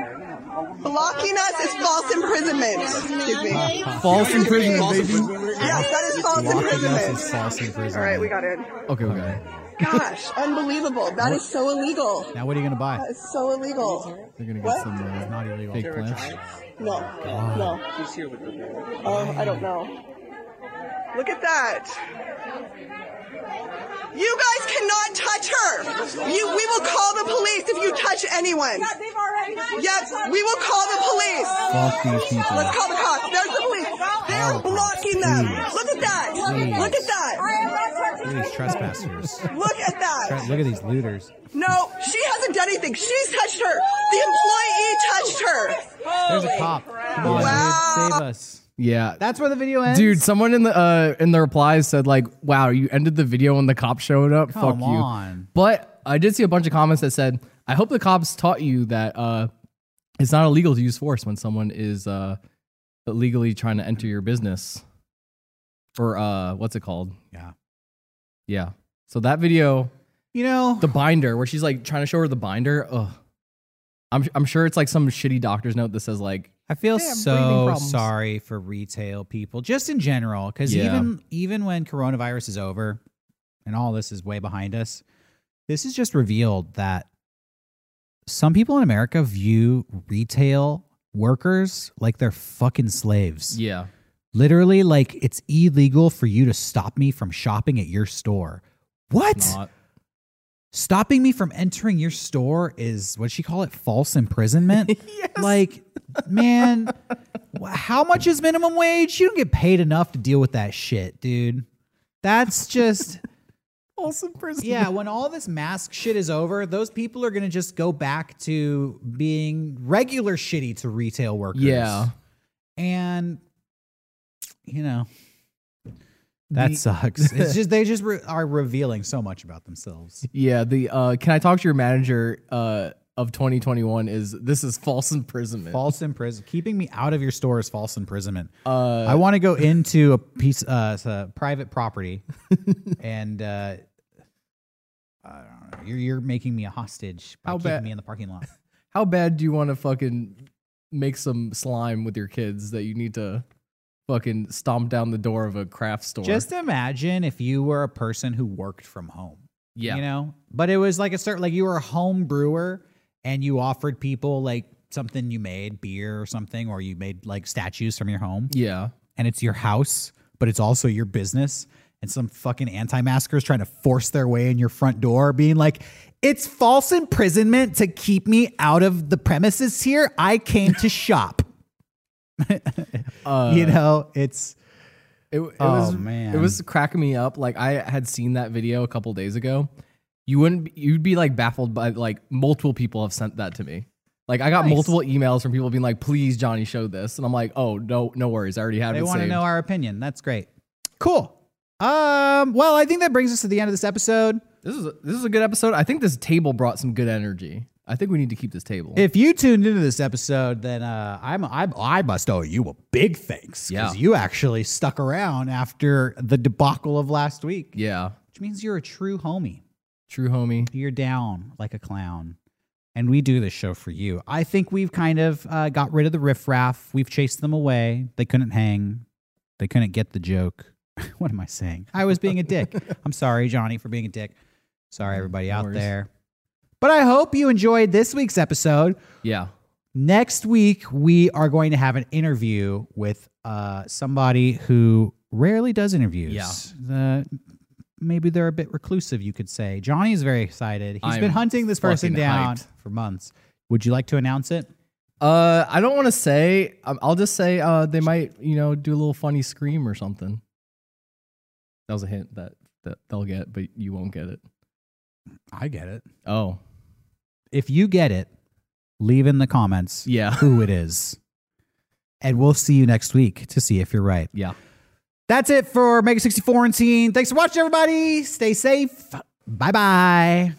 S8: Blocking us is false imprisonment. Excuse me.
S1: False imprisonment, baby.
S8: Yes, that is false imprisonment.
S2: False imprisonment.
S8: All right, we got in.
S1: Okay, we got it.
S8: Gosh, unbelievable. That is so illegal.
S2: Now, what are you going to buy?
S8: That is so illegal.
S1: They're gonna get
S8: What?
S1: some uh,
S2: Not illegal.
S1: fake plants.
S8: No, no. She's here with Oh, I don't know. Look at that. You guys cannot touch her. You, we will call the police if you touch anyone.
S9: They've already.
S8: Yep, we will call the police.
S2: Fuck these people.
S8: Let's call the cops. There's the police. They're blocking them. Look at that. Look at that.
S2: Look at these trespassers.
S8: Look at that.
S2: Look at these looters.
S8: No, she hasn't done anything. She's touched her. The employee touched her.
S9: Oh,
S2: There's a cop. Come on,
S8: Wow.
S2: dude, save us.
S1: Yeah.
S2: That's where the video ends.
S1: Dude, someone in the uh, in the replies said like, "Wow, you ended the video when the cop showed up. Fuck
S2: Come
S1: you."
S2: on.
S1: But I did see a bunch of comments that said, "I hope the cops taught you that uh, it's not illegal to use force when someone is uh, illegally trying to enter your business." Or uh, what's it called?
S2: Yeah.
S1: Yeah. So that video,
S2: You know,
S1: the binder, where she's like trying to show her the binder. Ugh. I'm I'm sure it's like some shitty doctor's note that says like,
S2: I feel
S1: Damn, breathing
S2: so
S1: problems.
S2: sorry for retail people, just in general, because
S1: Yeah.
S2: even even when coronavirus is over and all this is way behind us, this has just revealed that some people in America view retail workers like they're fucking slaves.
S1: yeah,
S2: Literally, like it's illegal for you to stop me from shopping at your store. What?
S1: it's not.
S2: stopping me from entering your store is what she call it false imprisonment like man wh- how much is minimum wage you don't get paid enough to deal with that shit dude that's just
S1: Awesome prison.
S2: yeah when all this mask shit is over those people are gonna just go back to being regular shitty to retail workers
S1: Yeah.
S2: and you know that
S1: The-
S2: sucks it's just they just re- are revealing so much about themselves
S1: Yeah, the uh, can I talk to your manager uh, of 2021 is this is false imprisonment.
S2: False imprisonment. Keeping me out of your store is false imprisonment.
S1: Uh,
S2: I want to go into a piece, uh, s- uh, private property, and uh, I don't know. You're, you're making me a hostage by
S1: How
S2: keeping
S1: bad-
S2: me in the parking lot.
S1: How bad do you want to fucking make some slime with your kids that you need to fucking stomp down the door of a craft store?
S2: Just imagine if you were a person who worked from home.
S1: yeah,
S2: You know, but it was like a certain like you were a home brewer and you offered people like something you made, beer or something, or you made like statues from your home.
S1: yeah,
S2: and it's your house, but it's also your business. And some fucking anti maskers trying to force their way in your front door, being like, it's false imprisonment to keep me out of the premises here. I came to shop.
S1: Uh,
S2: you know, it's
S1: It, it
S2: Oh,
S1: was
S2: man.
S1: it was cracking me up. Like I had seen that video a couple days ago. You wouldn't be- you'd be like baffled by like multiple people have sent that to me. Like I got
S2: Nice.
S1: multiple emails from people being like, "Please, Johnny, show this," and I'm like, "Oh no, no worries. I already have
S2: they
S1: it
S2: want to
S1: saved."
S2: know our opinion. That's great. Cool. Um, well, I think that brings us to the end of this episode.
S1: This is a, this is a good episode. I think this table brought some good energy. I think we need to keep this table.
S2: If you tuned into this episode, then uh, I'm, I'm I must owe you a big thanks
S1: Yeah.
S2: because you actually stuck around after the debacle of last week,
S1: yeah,
S2: which means you're a true homie.
S1: true homie.
S2: you're down like a clown. And we do this show for you. I think we've kind of uh, got rid of the riffraff. We've chased them away. They couldn't hang. They couldn't get the joke. what am I saying? I was being a dick. I'm sorry, Johnny, for being a dick. Sorry, everybody
S1: Mm, no
S2: out
S1: worries.
S2: there. But I hope you enjoyed this week's episode.
S1: Yeah,
S2: Next week, we are going to have an interview with uh, somebody who rarely does interviews.
S1: Yeah.
S2: The- maybe they're a bit reclusive, you could say. Johnny's very excited. He's been
S1: I'm
S2: hunting this person
S1: fucking
S2: down
S1: hyped.
S2: for months. Would you like to announce it?
S1: uh, I don't want to say. um, I'll just say uh, they might you know do a little funny scream or something. That was a hint that that they'll get, but you won't get it.
S2: I get it.
S1: Oh
S2: If you get it, leave in the comments
S1: yeah,
S2: who it is. And we'll see you next week to see if you're right.
S1: yeah.
S2: That's it for Mega 64 and Teen. Thanks for watching, everybody. Stay safe. Bye bye.